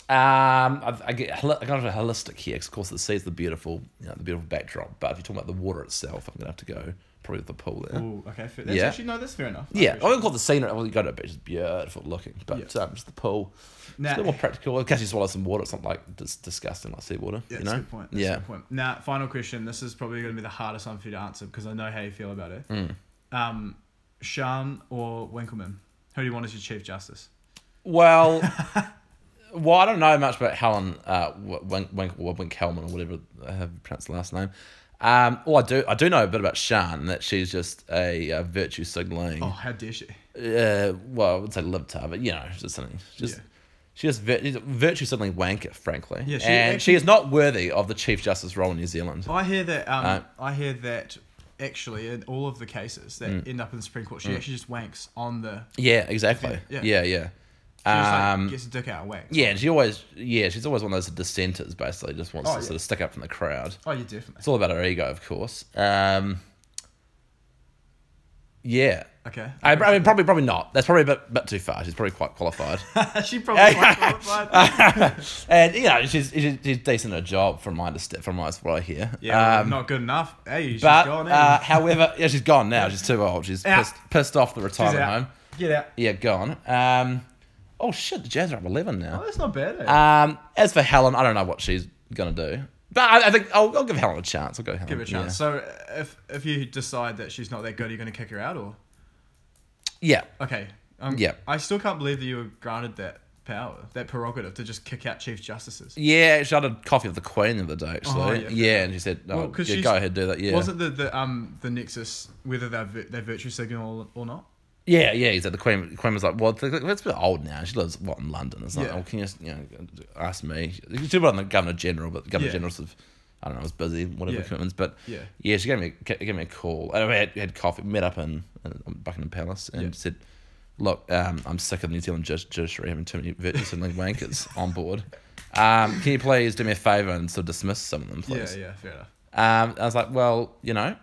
Um, I've, I get holi- I kind of a holistic here. 'cause of course, the sea is the beautiful, you know, the beautiful backdrop. But if you're talking about the water itself, I'm gonna have to go probably with the pool there. Ooh, okay. Fair. That's Yeah. actually no, that's fair enough. I Yeah, I appreciate wouldn't call it the scenery. Well, you go to a beach, it's beautiful looking, but Yeah. um, just the pool. it. It's a Now, little more practical. In case you swallow some water, it's not like dis- disgusting like seawater. Yeah, you that's a know? good point. That's Yeah. a good point. Now, final question. This is probably going to be the hardest one for you to answer because I know how you feel about it. Mm. Um, Sean or Winkleman? Who do you want as your Chief Justice? Well, well, I don't know much about Helen uh, Wink, Wink, Wink, Winkhelman or whatever I have pronounced the last name. Um, well, I do I do know a bit about Shan that she's just a, uh virtue signaling. Oh, how dare she? Uh, well, I would say libtard, but you know, just something. Just Yeah. she just vir- she's a virtue signaling wanker, frankly. Yeah, she and actually- she is not worthy of the chief justice role in New Zealand. I hear that. Um, Uh, I hear that. Actually, in all of the cases that Mm. end up in the Supreme Court, she actually just wanks on the. Yeah, exactly. Yeah. Yeah, yeah. yeah. She just like, Um, gets a dick out and wanks. Yeah, and she always, yeah, she's always one of those dissenters. Basically, just wants Oh, to yeah. sort of stick up from the crowd. Oh, you definitely. It's all about her ego, of course. Um, yeah, Okay. I, I mean, probably, probably not. That's probably a bit, bit too far. She's probably quite qualified, she probably quite qualified. and you know, she's she's, she's decent at her job from my understa- from my, what I hear. Yeah, Um, not good enough. Hey, she's but gone in. uh, however, yeah, she's gone now. She's too old. She's Out. pissed, pissed off the She's retirement out. home. Get out. Yeah, gone. Um, oh shit, the Jazz are up eleven now. Oh, that's not bad. Eh? Um, as for Helen, I don't know what she's gonna do, but I, I think I'll, I'll give Helen a chance. I'll go Helen. Give it a chance. So uh, if if you decide that she's not that good, you're going to kick her out, or Yeah. okay, um, Yeah. I still can't believe that you were granted that power, that prerogative to just kick out chief justices. yeah, yeah. She had a coffee of the Queen the other day, actually. Oh, yeah. yeah, and she said, oh, Well, 'cause yeah, she's- "Go ahead, do that." Yeah, Wasn't the, the um the nexus whether they're vi- they're virtue signal or not? yeah, yeah. He said the Queen. the Queen was like, "Well, th- th- that's a bit old now. She lives what in London." It's like, Yeah. "Well, can you just you know ask me?" She did on the Governor General, but the Governor Yeah. General sort of, I don't know, was busy, whatever Yeah. commitments. But Yeah. yeah, she gave me a, gave me a call. And we had, we had coffee, met up in, in Buckingham Palace, and Yeah. said, "Look, um, I'm sick of the New Zealand ju- judiciary having too many virtue signaling wankers on board. Um, can you please do me a favour and sort of dismiss some of them, please?" Yeah, yeah, fair enough. Um, I was like, "Well, you know,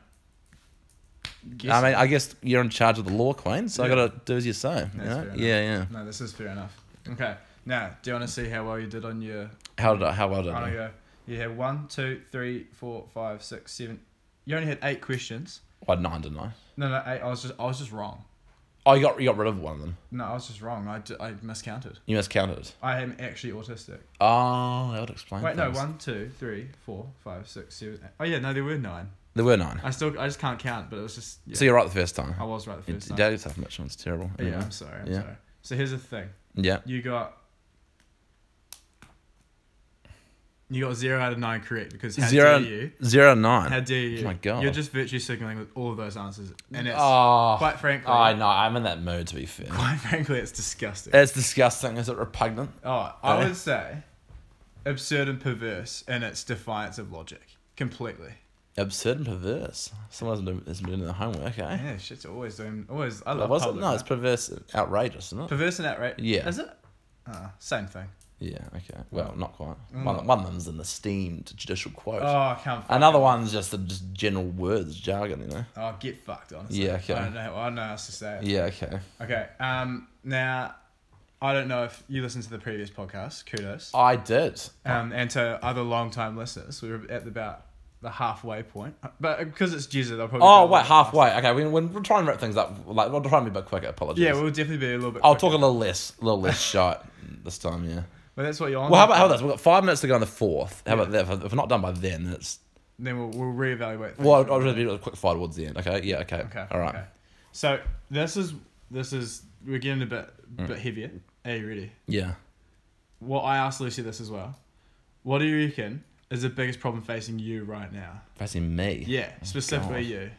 Guess- I mean, I guess you're in charge of the law, Queen, so I Yeah. got to do as you say. you That's know? fair enough. Yeah, yeah. no, this is fair enough. Okay, now do you want to see how well you did on your? How did I? How well did I I? do do? go. You had one, two, three, four, five, six, seven. You only had eight questions. Well, nine, didn't I? No, no, eight. I was just I was just wrong. Oh, you got you got rid of one of them. No, I was just wrong. I, d- I miscounted. You miscounted. I am actually autistic. Oh, that would explain. Wait, no, things. one, two, three, four, five, six, seven. Eight. Oh yeah, no, there were nine. There were nine. I still, I just can't count, but it was just. Yeah, So you're right the first time. I was right the You first time. did yourself, Mitch. It's terrible. Yeah, Anyway. I'm sorry. I'm Yeah. sorry. So here's the thing. Yeah. You got. You got zero out of nine correct because how Zero- dare you? Zero nine. How dare you? my God. You're just virtue signaling with all of those answers, and it's oh, quite frankly, I know. I'm in that mood to be fair. quite frankly, it's disgusting. It's disgusting. Is it repugnant? Oh, I Eh? would say absurd and perverse in its defiance of logic. Completely. Absurd and perverse. Someone hasn't done, hasn't done their homework, eh? Yeah, shit's always doing. Always. I But love was it? public, eh? No, man. it's perverse and outrageous, isn't it? perverse and outrage. Yeah. Is it? Uh, same thing. Yeah, okay. Well, not quite. Mm. One, one of them's an esteemed judicial quote. Oh, come. Another fuck one's just the just general words, jargon, you know? it. Oh, get fucked. Honestly. Yeah, okay. I don't know. I don't know how else to say it. Yeah, okay. Okay. Um. Now, I don't know if you listened to the previous podcast. Kudos. I did. Um. And to other long-time listeners, we were at about the halfway point, but because it's Jesus, I'll probably. go Oh, a wait, little faster. halfway. Okay, we, we're trying to wrap things up. Like, we'll try and be a bit quicker. Apologies. Yeah, we'll definitely be a little bit. I'll quicker. talk a little less, a little less shot this time, yeah. But that's what you're on. Well, how about, how about this? We've got five minutes to go on the fourth. How about Yeah. that? If if we're not done by then, it's. Then we'll, we'll reevaluate. things. Well, I'd rather be a quick fire towards the end. Okay, yeah, okay. okay. All right. okay. So this is this is we're getting a bit Mm. bit heavier. Are you ready? Yeah. Well, I asked Lucy this as well. What do you reckon is the biggest problem facing you right now? Facing me. Yeah, specifically Oh,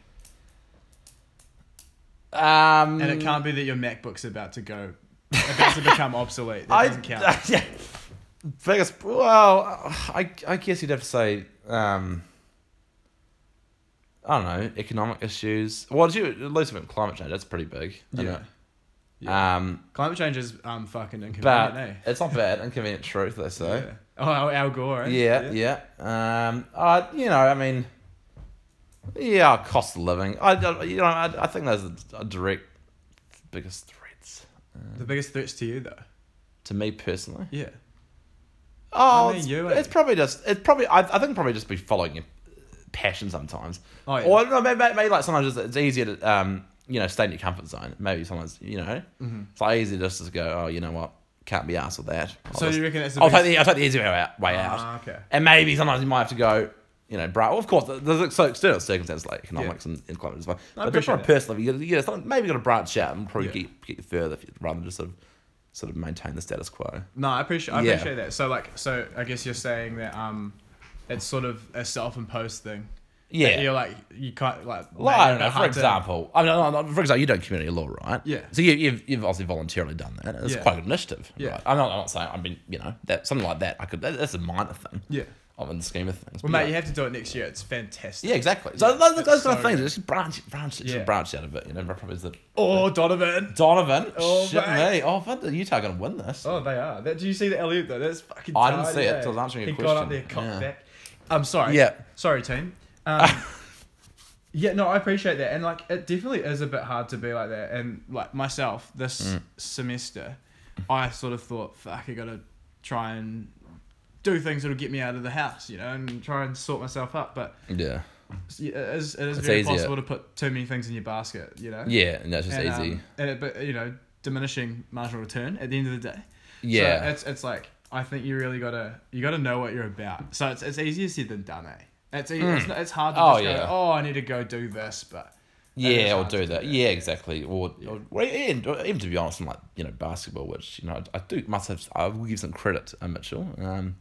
God. you. Um, And it can't be that your MacBook's about to go, about to become obsolete. That I doesn't count. yeah. Vegas. Well, I I guess you'd have to say. Um, I don't know economic issues. Well, did you Lucy went climate change? That's pretty big. isn't Yeah. it? Yeah. Um, Climate change is um fucking but inconvenient, eh? it's not bad. Inconvenient truth, they say. Yeah. Oh, Al Al Gore. eh? Yeah, yeah. Um, I, you know, I mean, yeah, cost of living. I, I- you know, I, I think those are the direct biggest threats The biggest threats to you, though. to me personally. Yeah. I Oh, mean, it's, you, eh? it's probably just it's probably I, I think probably just be following your passion sometimes. Oh, yeah. Or I don't know, maybe, maybe, maybe like sometimes it's, it's easier to um you know stay in your comfort zone. Maybe sometimes you know Mhm. it's like easier just to go oh you know what can't be asked with that. I'll, So just- you reckon that's the I'll take biggest... the I'll take the easy way out, way out. Ah, okay. And maybe sometimes you might have to go. You know, bro. Well, of course, there's so external circumstances like economics and, and climate as well. I But just appreciate on a that. personal, level, you, you know, something- maybe you got to branch out and probably Yeah. get, get further if you, rather than just sort of, sort of maintain the status quo. No, I appreciate I Yeah. appreciate that. So like so I guess you're saying that um it's sort of a self imposed thing. Yeah, That you're like you can't like Well, I don't know. For hard to- example, I mean, no, no, no, for example, you don't community law, right? Yeah. So you, you've you've obviously voluntarily done that. It's Yeah. quite an initiative. Yeah. Right? I'm not. I'm not saying. I mean, you know, that something like that. I could. That, that's a minor thing. Yeah. Of in the scheme of things. Well but mate, you yeah. have to do it next year. It's fantastic. Yeah, exactly. So Yeah, those, those that's kind of so things, good. just branch, branch, it, Yeah. just branch out of it. You know, probably is the Oh Donovan. Donovan. Oh, shit mate. me. Oh, I thought Utah going to win this. Oh they are. That, do you see the alley though? That's fucking I didn't tight, see it, eh? so I was answering he your got up there, question. cocked Yeah. back. I'm sorry. Yeah. Sorry, team. Um, yeah, no, I appreciate that, and like it definitely is a bit hard to be like that. And like myself, this Mm. semester, I sort of thought, fuck, I gotta try and do things that'll get me out of the house, you know, and try and sort myself up. But Yeah. it's- it is, it is It's very easier. possible to put too many things in your basket, you know. Yeah, and that's just And, um, easy. and it, but you know, diminishing marginal return at the end of the day. So yeah. it's it's like I think you really gotta you gotta know what you're about. So it's it's easier said than done, eh? It's e- it's, not- it's hard to Oh, just yeah. go. Oh, I need to go do this, but is Yeah, or hard to do do that. that. Yeah, exactly. Or, or, or even, or even to be honest, in like you know basketball, which you know I, I do must have. I will give some credit to Mitchell. Um,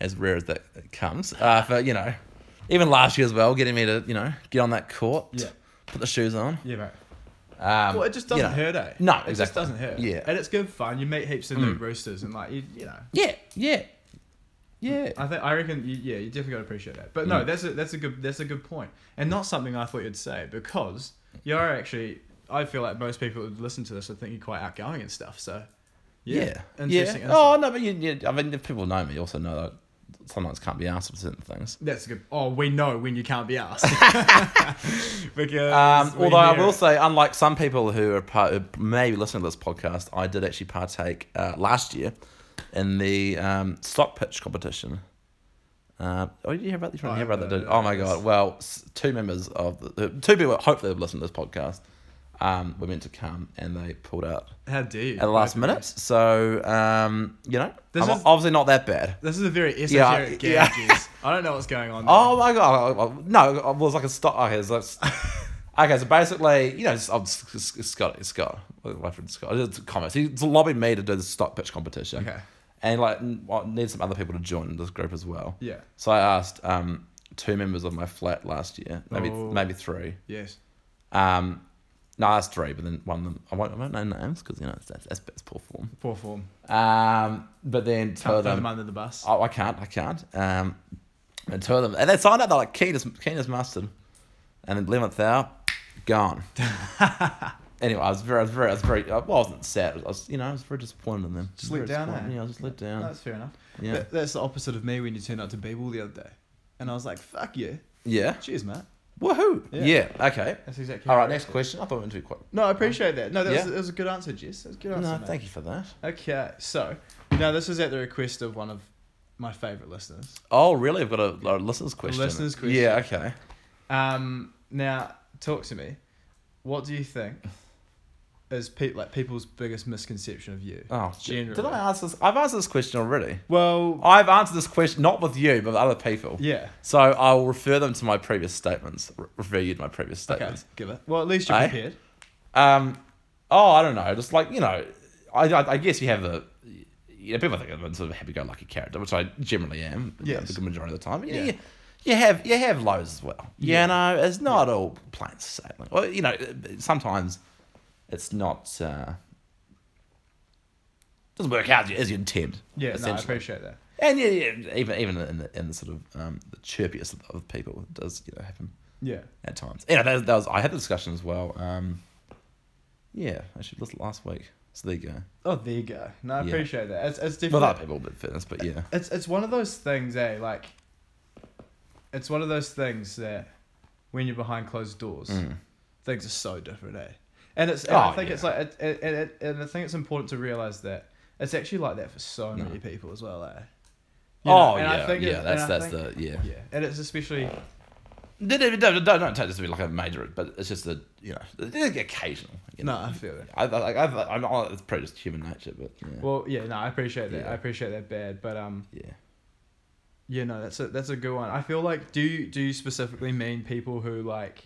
as rare as that comes, uh, for you know, even last year as well, getting me to you know get on that court, Yeah. put the shoes on. yeah, mate. Um, Well, it just you doesn't know. hurt, eh? No, it just exactly. doesn't hurt. Yeah. Hmm. and it's good fun. You meet heaps of new roosters, and like you, you know. Yeah, yeah, yeah. Hmm. I think I reckon you, yeah, you definitely gotta appreciate that. But no, that's a that's a good that's a good point, and not something I thought you'd say because you're actually I feel like most people who listen to this I think you're quite outgoing and stuff. So Yeah. interesting. Yeah. Oh no, but you, you, I mean, if people know me, also know that I sometimes can't be asked for certain things. That's a good. Oh, we know when you can't be asked. because Um, we although I hear will it. say, unlike some people who are part, who may be listening to this podcast, I did actually partake uh, last year in the um, stock pitch competition. Uh, oh, did you hear about this? You I hear about that? heard Did, about oh my this. god! Well, s- two members of the the- two people, hopefully, have listened to this podcast. Um, were meant to come and they pulled out How do you? at the last minute. So um, you know, This I'm is- obviously not that bad. This is a very Yeah, esoteric game. yeah. Jeez. I don't know what's going on. Oh my god! oh, oh, No, it was like a stock. Okay, so, it's- okay, so basically, you know, it's, oh, it's, it's Scott, it's Scott, my friend Scott, it's commerce. He lobbied me to do the stock pitch competition. Okay. and like n- well, need some other people to join this group as well. Yeah. So I asked um, two members of my flat last year, maybe Oh. maybe three. Yes. Um, no, I asked three, but then one of them I won't, I won't name names because you know that's that's, that's poor form. Poor form. Um, but then two Throw of them them, under the bus. oh, I can't, I can't. Um, and two of them, and they signed up. They're like keen as keen as mustard, and then eleventh hour, gone. anyway, I was very, I was very, I was very. I wasn't sad. I was, you know, I was very disappointed in them. Just let Very down, disappointed. eh? Yeah, I was just let down. No, that's fair enough. yeah, That- that's the opposite of me when you turned up to Beeble the other day. And I was like, fuck yeah. yeah. Cheers, mate. Woohoo! Yeah. Yeah. Okay. That's exactly All how right. I Next reacted. question. I thought we went to be quite. No, I appreciate that. No, that, Yeah. was, that was a good answer, Jess. That was a good answer. No, mate. thank you for that. Okay, so now this is at the request of one of my favourite listeners. Oh, really? I've got a, a listener's question. listener's question. Yeah. Okay. Um, now talk to me. What do you think is pe- like people's biggest misconception of you? Oh, j- Generally. did I ask this? I've asked this question already. Well, I've answered this question not with you, but with other people. yeah. So I will refer them to my previous statements. Re- refer you to my previous Okay, statements. give it. Well, at least you're Aye. prepared. Um. Oh, I don't know. Just like you know, I I, I guess you have a. You know, people think I'm a sort of happy-go-lucky character, which I generally am. you know, Yes. The good majority of the time. But yeah. Yeah. You, you have you have lows as well. Yeah. You know, it's not all plain sailing. Well, you know, sometimes it's not. Uh, doesn't work out as you intend. Yeah, no, I essentially. appreciate that. And yeah, yeah, even even in the, in the sort of um, the chirpiest of- of people, it does you know happen Yeah. at times. Yeah, that, that was I had the discussion as well. Um, yeah, actually last last week. So there you go. Oh, there you go. No, I Yeah. appreciate that. It's it's Well, different. other people, but fitness, but yeah, it's it's one of those things, eh? Like, it's one of those things that when you're behind closed doors, Mm. things are so different, eh? And it's and I Oh, think yeah. it's like it, it, and it, and I think it's important to realize that it's actually like that for so No. many people as well, eh? You know, Mm. oh and yeah, I think it- yeah. and That's I that's think- the yeah. yeah, and it's especially Don't don't don't, don't, don't take this to be like a major, but it's just a you know it's occasional. You know? no, I feel that. I, I, I, I'm not, it's probably just human nature, but yeah, Well, yeah, no, I appreciate that. Yeah. I appreciate that bad, but um, yeah. yeah, no, that's a that's a good one. I feel like do you do you specifically mean people who like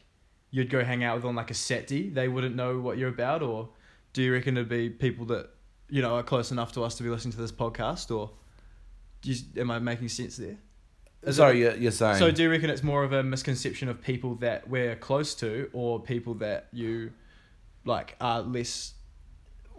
you'd go hang out with on like a seti? They wouldn't know what you're about, or do you reckon it'd be people that you know are close enough to us to be listening to this podcast, or do you, am I making sense there? Is it- Sorry, you're, you're saying So do you reckon it's more of a misconception of people that we're close to, or people that you like are less?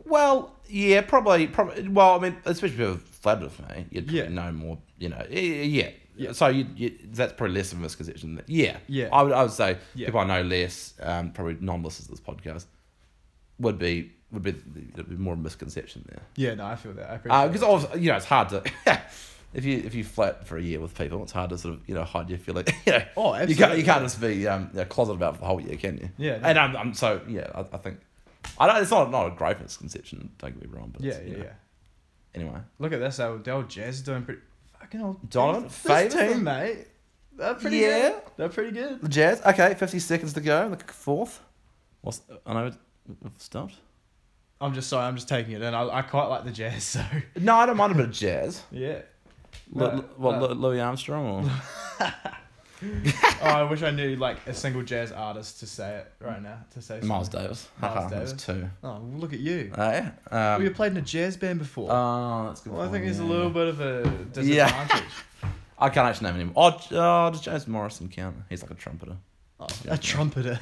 Well, yeah, probably, probably. Well, I mean, especially if you're flattered with me, you'd probably Yeah. know more. You know, yeah, yeah. Yeah. yeah. So you, you, that's probably less of a misconception. than- Yeah, Yeah. I would, I would say Yeah. people I know less, um, probably non-listeners to this podcast, would be would be would be more of a misconception there. Yeah, no, I feel that. I appreciate. Because that. also, you know, it's hard to if you if you flat for a year with people, it's hard to sort of you know hide your feeling. You know, oh, absolutely. you can't you can't just be um you know, closet about it for the whole year, can you? Yeah, no. And I'm, I'm so yeah, I, I think I don't. It's not not a great misconception. Don't get me wrong, but Yeah, it's, you yeah, know, yeah. Anyway, Look at this, old, old Jazz doing pretty fucking old. Donovan, this favourite? team, mate. They're pretty Yeah. good. They're pretty good. Jazz. Okay, fifty seconds to go. The fourth. What's I know. I've stopped. I'm just sorry. I'm just taking it in. I, I quite like the Jazz, so No, I don't mind a bit of jazz. yeah. Lu- No, Lu- what, no. Lu- Louis Armstrong or oh, I wish I knew like a single jazz artist to say it right now. To say Miles something. Davis? Miles Haha, that was Davis. two. Oh, well, look at you. Eh? Well, you Um, played in a jazz band before. oh, that's a good. well, I point, think there's a yeah. little bit of a disadvantage. Yeah. I can't actually name him. Oh, J- oh, does James Morrison count? He's like a trumpeter. Oh, Yeah. a trumpeter.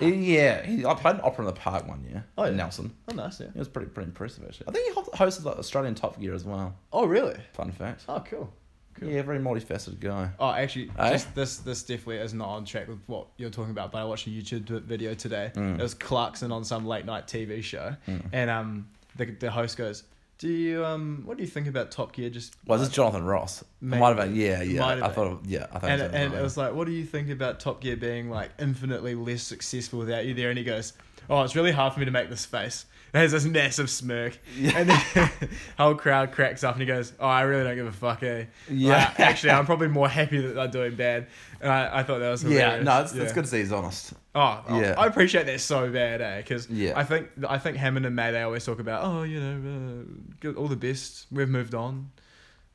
yeah, he, I played an opera in the park one year. Oh, yeah. Nelson. Oh, nice. Yeah. It was pretty pretty impressive actually. I think he ho- hosted like Australian Top Gear as well. Oh, really? Fun fact. Oh, cool. Cool. Yeah, very multifaceted guy. Oh, actually, Eh? just, this this definitely is not on track with what you're talking about. But I watched a YouTube vi- video today. Mm. It was Clarkson on some late night TV show, Mm. and um, the the host goes, "Do you um, what do you think about Top Gear?" Just Was this Jonathan Ross? It Maybe. Might have been. Yeah, Uh, It yeah. might have I been. thought. Of, yeah, I and, thought. it was and it Jonathan was like, "What do you think about Top Gear being like infinitely less successful without you there?" And he goes, "Oh, it's really hard for me to make this face." It has this massive smirk, and the whole crowd cracks up, and he goes, "Oh, I really don't give a fuck, eh?" Ross. Yeah. Like, actually, I'm probably more happy that they're doing bad. And I, I thought that was yeah. hilarious. No, it's, it's Yeah. good to see he's honest. Oh, oh, Yeah. I appreciate that so bad, eh? Because Yeah. I think I think Hammond and May they always talk about, oh, you know, uh, good- all the best. We've moved on,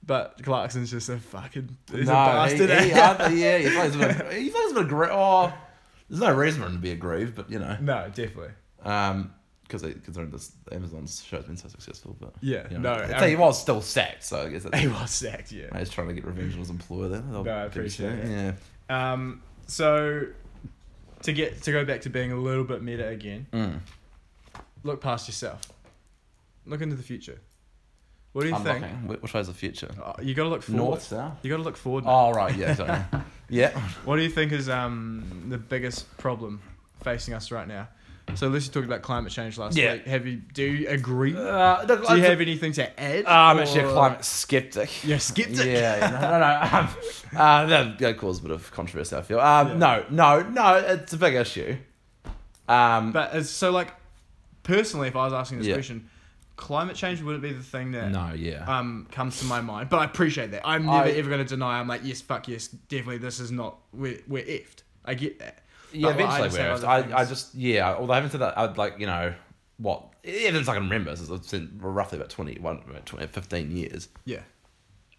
but Clarkson's just a fucking he's no, a he, bastard. he, eh? I, th- yeah. He plays a bit. Of, he plays a bit of gr- Oh, there's no reason for him to be aggrieved, but you know. no, definitely. Um, because considering this Amazon show's been so successful, but Yeah, you no, know, I- I tell you was still sacked, so I guess that's, He was sacked, yeah. I was trying to get revenge on his employer there. No, I appreciate it. Yeah, Um, so to get to go back to being a little bit meta again, Mm. look past yourself. Look into the future. What do you think? Unlocking. Wh- Which way's the future? Uh, you got to look forward. North, south. You got to look forward. mate. Oh right, yeah, sorry. yeah. What do you think is um the biggest problem facing us right now? So Lucy talked about climate change last Yeah. week. Have you do you agree? Do Uh, look, you I- have anything to add? Uh, I'm actually a or- climate skeptic. You're a Oh. skeptic? Yeah, yeah, no, no, no. Um, uh, that, that caused a bit of controversy, I feel. Um, Yeah. No, no, no, it's a big issue. Um, But it's, so like personally, if I was asking this Yeah. question, climate change wouldn't be the thing that no, yeah. um, comes to my mind. But I appreciate that. I'm never I- ever going to deny. I'm like, yes, fuck yes, definitely. This is not we're we're effed. I get that. yeah, but what I eventually just we're said other I, I things. just, yeah, although I haven't said that, I'd like, you know, what, even if I can remember, since I've seen roughly about 21, about 20, 15 years, Yeah,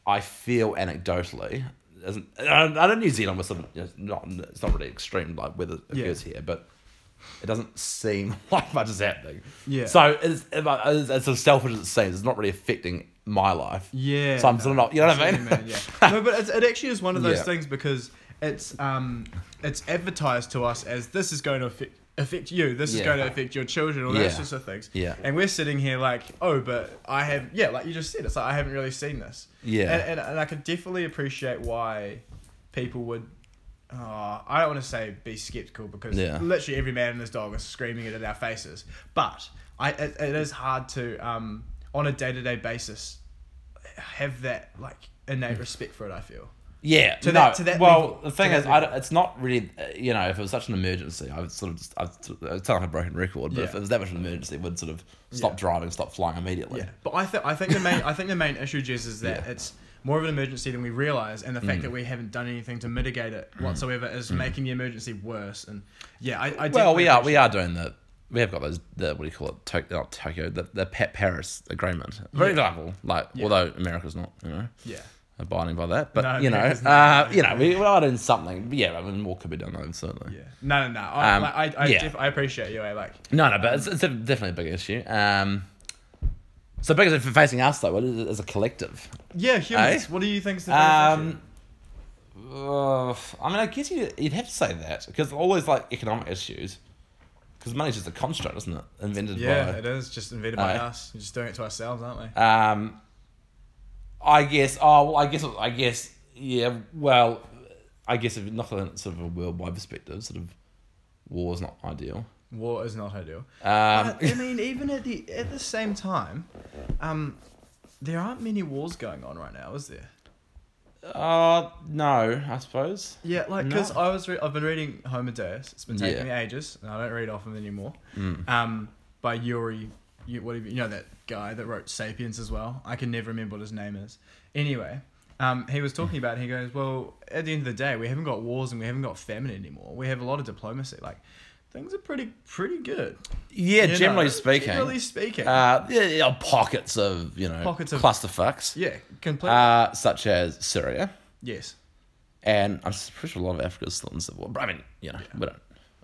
I feel anecdotally, isn't, I I know New Zealand was some, you know, it's not, it's not really extreme like weather Yeah. occurs here, but it doesn't seem like much is happening. Yeah. So it's, it's, it's as selfish as it seems. It's not really affecting my life. yeah. So I'm no, still not. You know what I mean? see what you mean, yeah. no, but it's, it actually is one of those Yeah. things because it's um it's advertised to us as this is going to affect affect you. This is Yeah. going to affect your children. All those Yeah. sorts of things. Yeah. And we're sitting here like, oh, but I have yeah, like you just said, it's like I haven't really seen this. Yeah. And and, and I could definitely appreciate why people would. Uh, I don't want to say be skeptical because Yeah. literally every man and his dog is screaming it in our faces. But I, it, it is hard to, um, on a day to day basis, have that like innate respect for it. I feel. Yeah. To no. that- to that well, level. the thing To is, that I don't- it's not really. uh, You know, if it was such an emergency, I would sort of. Just, I'd, sort of- it sounds like a broken record, but if Yeah. it was that much of an emergency, it would sort of stop Yeah. driving, stop flying immediately. Yeah, but I think I think the main I think the main issue Jez, is that Yeah. Mm. it's more of an emergency than we realize, and the fact that we haven't done anything to mitigate it whatsoever is making the emergency worse. And yeah, I, I Well, definitely we are appreciate- we are doing the we have got those the what do you call it Tokyo, not Tokyo the the Pat Paris agreement for Yeah. example like although America's not you know yeah. abiding by that but No, you know America's uh, not. you know we we are doing something but yeah I mean more could be done though certainly Yeah. No, no, no. I, Um, like, I, I, yeah. def- I appreciate you. I like. no no but it's, it's a, definitely a big issue um so big issue for facing us though what is it as a collective Yeah, humans. Eh? What do you think is the um. uh, I mean, I guess you, you'd have to say that because all these like economic issues, because money's just a construct, isn't it? Invented Yeah, by it is just invented by Eh? us. We're just doing it to ourselves, aren't we? Um, I guess. Oh well, I guess. I guess. Yeah. Well, I guess if not from sort of a worldwide perspective, sort of war is not ideal. War is not ideal. Um, But, I mean, even at the at the same time, um, there aren't many wars going on right now, is there? uh, no, I suppose. Yeah, like No. because I was re- I've been reading Homer Deus. It's been taking Yeah. me ages, and I don't read off him anymore. Mm. Um, by Yuri, you, whatever you know that guy that wrote *Sapiens* as well. I can never remember what his name is. Anyway, um, he was talking about. It, he goes, "Well, at the end of the day, we haven't got wars and we haven't got famine anymore. We have a lot of diplomacy. Like, things are pretty pretty good. Yeah, You generally know, speaking. generally speaking, uh, yeah, yeah, pockets of you know Pockets of- clusterfucks, yeah, completely. uh, such as Syria, yes, and I'm pretty sure a lot of Africa's still in civil war. But I mean, you know, we don't.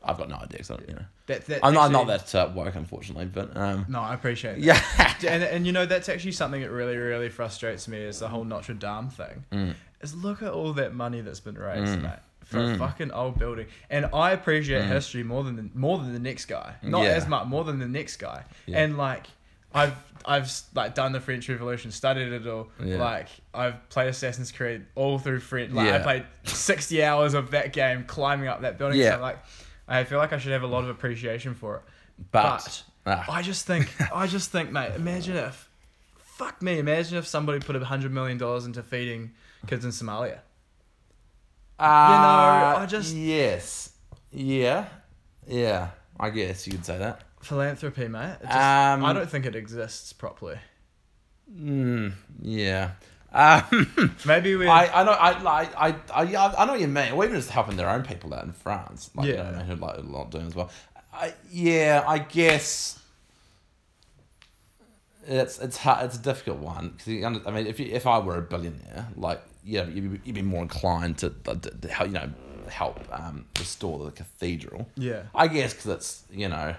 I've got no idea. 'cause I don't, you know, that, that I'm not, I'm not actually- that uh, woke, unfortunately. But um, No, I appreciate that. yeah, and, and you know that's actually something that really really frustrates me is the whole Notre Dame thing. Mm. Is look at all that money that's been raised, mate, for Mm. a fucking old building. And I appreciate history more than the, more than the next guy, not Mm. Yeah. as much, more than the next guy. Yeah. And like I've I've like done the French Revolution, studied it all. Yeah. Like I've played Assassin's Creed all through French. Like I Yeah. played sixty hours of that game, climbing up that building. Yeah. So like I feel like I should have a lot of appreciation for it. but, ah. I just think, I just think, mate. Imagine if, fuck me. Imagine if somebody put a hundred million dollars into feeding kids in Somalia. Uh, I just- yes, yeah, yeah. I guess you could say that. Philanthropy, mate. It just- Um, I don't think it exists properly. Mm, yeah. Um, Maybe we. I, I know I, like, I I I know what you mean. Or even just helping their own people out in France. Like, You know, Yeah. what I mean, who like a lot doing as well. I, yeah, I guess. It's it's hard, it's a difficult one because you under, I mean if you, if I were a billionaire like yeah you'd be, you'd be more inclined to, to, to help you know help um, restore the cathedral yeah. I guess because it's you know,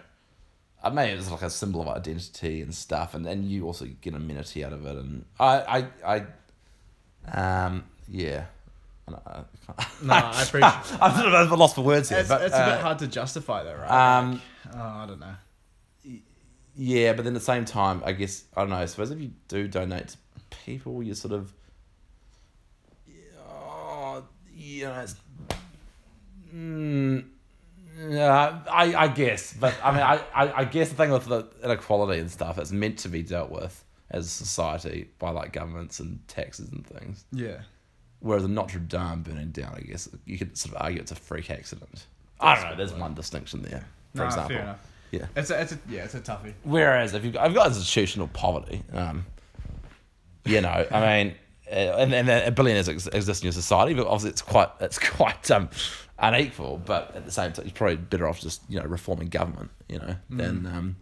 uh, maybe it's like a symbol of identity and stuff, and, and you also get amenity out of it, and I I, I um yeah. I don't- I can't- No, I appreciate- I'm sort of lost for words here, It's, but it's a uh, bit hard to justify though, right? um, Like, oh, I don't know. yeah. But then at the same time, I guess I don't know. I suppose if you do donate to people, you sort of, oh, you know, it's, mm, yeah, I I guess. But I mean, I, I I guess the thing with the inequality and stuff, it's meant to be dealt with as a society by like governments and taxes and things. Yeah. Whereas the Notre Dame burning down, I guess you could sort of argue it's a freak accident. I don't know. There's one distinction there. For Nah, example, Fair enough. yeah. It's a, it's a, yeah, it's a toughie. Whereas if you've got, I've got institutional poverty, um, you know, I mean, uh, and and uh, billionaires ex- exist in your society, but obviously it's quite it's quite um, unequal. But at the same time, you're probably better off just you know reforming government, you know, than um,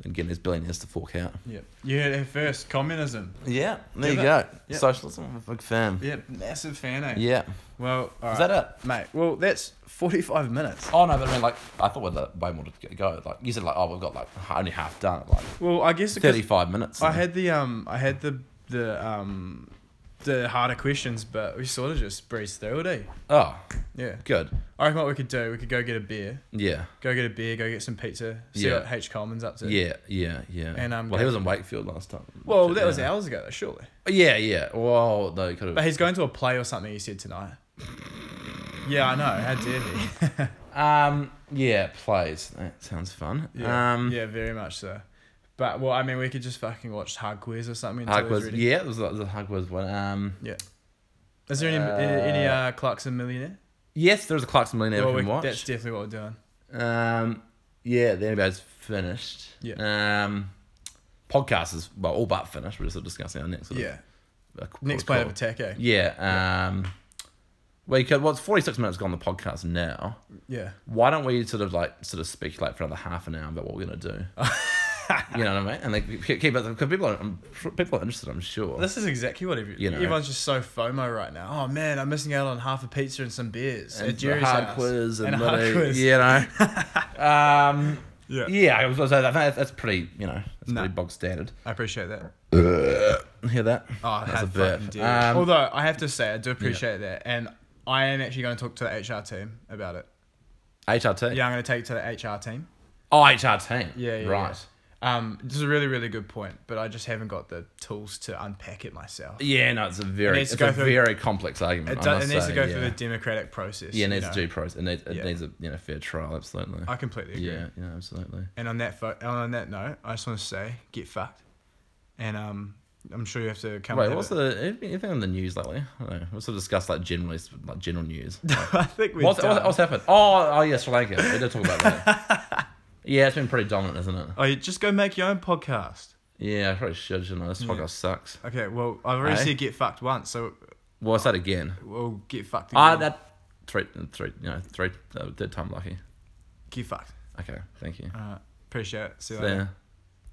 than getting these billionaires to fork out. Hmm. Yeah. You heard it first. Communism. Yeah, there you you go. go. Socialism, I'm a big fan. Yeah. Massive fan. Eh? Yeah, Well, all right. is that it? mate? Well, that's forty-five minutes. Oh no, but I mean, like I thought we had way more to go. Like you said, like oh, we've got like only half done, like Well, I guess because thirty-five minutes. I had the um, I had the the um, the harder questions, but we sort of just breezed through it. Eh? oh, Yeah. good. I reckon what we could do, we could go get a beer, Yeah. go get a beer, go get some pizza, see Yeah. what H Coleman's up to. Yeah, yeah, yeah. And, um, well, go- he was in Wakefield last time. Well, that yeah. was hours ago, though, surely. Yeah, yeah. Well, no, could But have. he's going to a play or something. He said tonight. Yeah, I know. How dare he? Um, yeah, plays. That sounds fun. yeah, um, yeah, very much so. But well, I mean, we could just fucking watch Hard Quiz or something. until Hug he's was. ready. Yeah, it was like the Hug was one. Um, Is there any Uh, any uh, Clarkson Millionaire? yes, there was a Clarkson Millionaire Well, we we, can watch. that's definitely what we're doing. Um, yeah, the anybody's finished. Yeah. Um, podcast is well all but finished. We're just sort of discussing our next. Sort Yeah. Of, uh, c- Next call- play of attack, eh? Yeah. Um, well, you could, well, it's forty six minutes gone the podcast now. Yeah. why don't we sort of like sort of speculate for another half an hour about what we're gonna do? you know what I mean? And like keep keep it because people are I'm sure- people are interested. I'm sure. This is exactly what every, You know. everyone's just so FOMO right now. Oh man, I'm missing out on half a pizza and some beers And at Jerry's a hard house. quiz and, And a hard bloody- quiz. you know. um, Yeah. yeah, I was gonna say that. That's, that's pretty, you know, that's No. pretty bog standard. I appreciate that. Hear that? Oh, I that's had a verb. fucking dare. Um, Although I have to say, I do appreciate that, and I am actually going to talk to the HR team about it. HRT. Yeah, I'm going to take it to the HR team. Oh, HR team. Yeah, yeah, Right. Yeah. Um, this is a really, really good point, but I just haven't got the tools to unpack it myself. Yeah. no, it's a very, needs it's to a go through- very complex argument. It, I does, must it needs say, to go yeah. through the democratic process. Yeah, you it needs know. to do pros. It needs, it Yeah. needs a you know fair trial. Absolutely. I completely agree. yeah, yeah, absolutely. And on that fo- on that note, I just want to say, get fucked. And um, I'm sure you have to come. Wait, have what's it. the anything anything on the news lately? I don't know. What's to discuss like generally like general news? I think we. What's, what's, what's happened? Oh, oh yeah, Sri Lanka. We did talk about that. yeah, it's been pretty dominant, isn't it? Oh, you just go make your own podcast. Yeah, I probably should. Shouldn't I? This Yeah. podcast sucks. Okay, well, I've already Eh? said get fucked once, so Well, I said again. we'll get fucked again. Ah, that three, three, you know, three, uh, third time lucky. get fucked. Okay, thank you. Uh, appreciate it. See you So, later. yeah.